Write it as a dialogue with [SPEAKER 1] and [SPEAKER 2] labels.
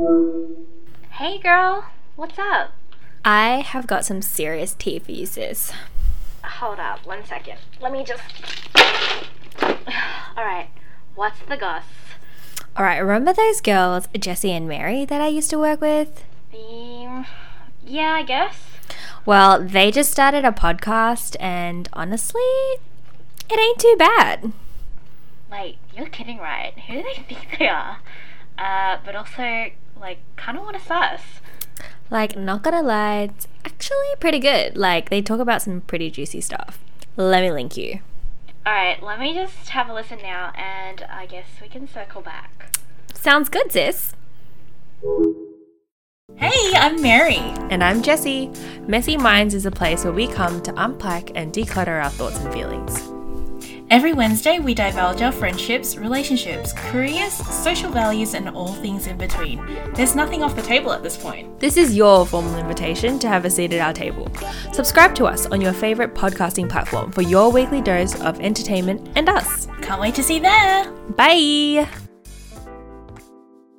[SPEAKER 1] Hey girl, what's up?
[SPEAKER 2] I have got some serious tea for you, sis.
[SPEAKER 1] Hold up, one second. Let me just. Alright, what's the goss?
[SPEAKER 2] All right, remember those girls, Jessie and Mary, that I used to work with?
[SPEAKER 1] Um, yeah, I guess.
[SPEAKER 2] Well, they just started a podcast, and honestly, it ain't too bad.
[SPEAKER 1] Like, you're kidding, right? Who do they think they are? Uh, but also, like, kind of want to sus.
[SPEAKER 2] Like, not gonna lie, it's actually pretty good. Like, they talk about some pretty juicy stuff. Let me link you.
[SPEAKER 1] Alright, let me just have a listen now, and I guess we can circle back.
[SPEAKER 2] Sounds good, sis.
[SPEAKER 1] Hey, I'm Mary.
[SPEAKER 3] And I'm Jessie. Messy Minds is a place where we come to unpack and declutter our thoughts and feelings.
[SPEAKER 1] Every Wednesday, we divulge our friendships, relationships, careers, social values, and all things in between. There's nothing off the table at this point.
[SPEAKER 3] This is your formal invitation to have a seat at our table. Subscribe to us on your favourite podcasting platform for your weekly dose of entertainment and us.
[SPEAKER 1] Can't wait to see you there.
[SPEAKER 3] Bye!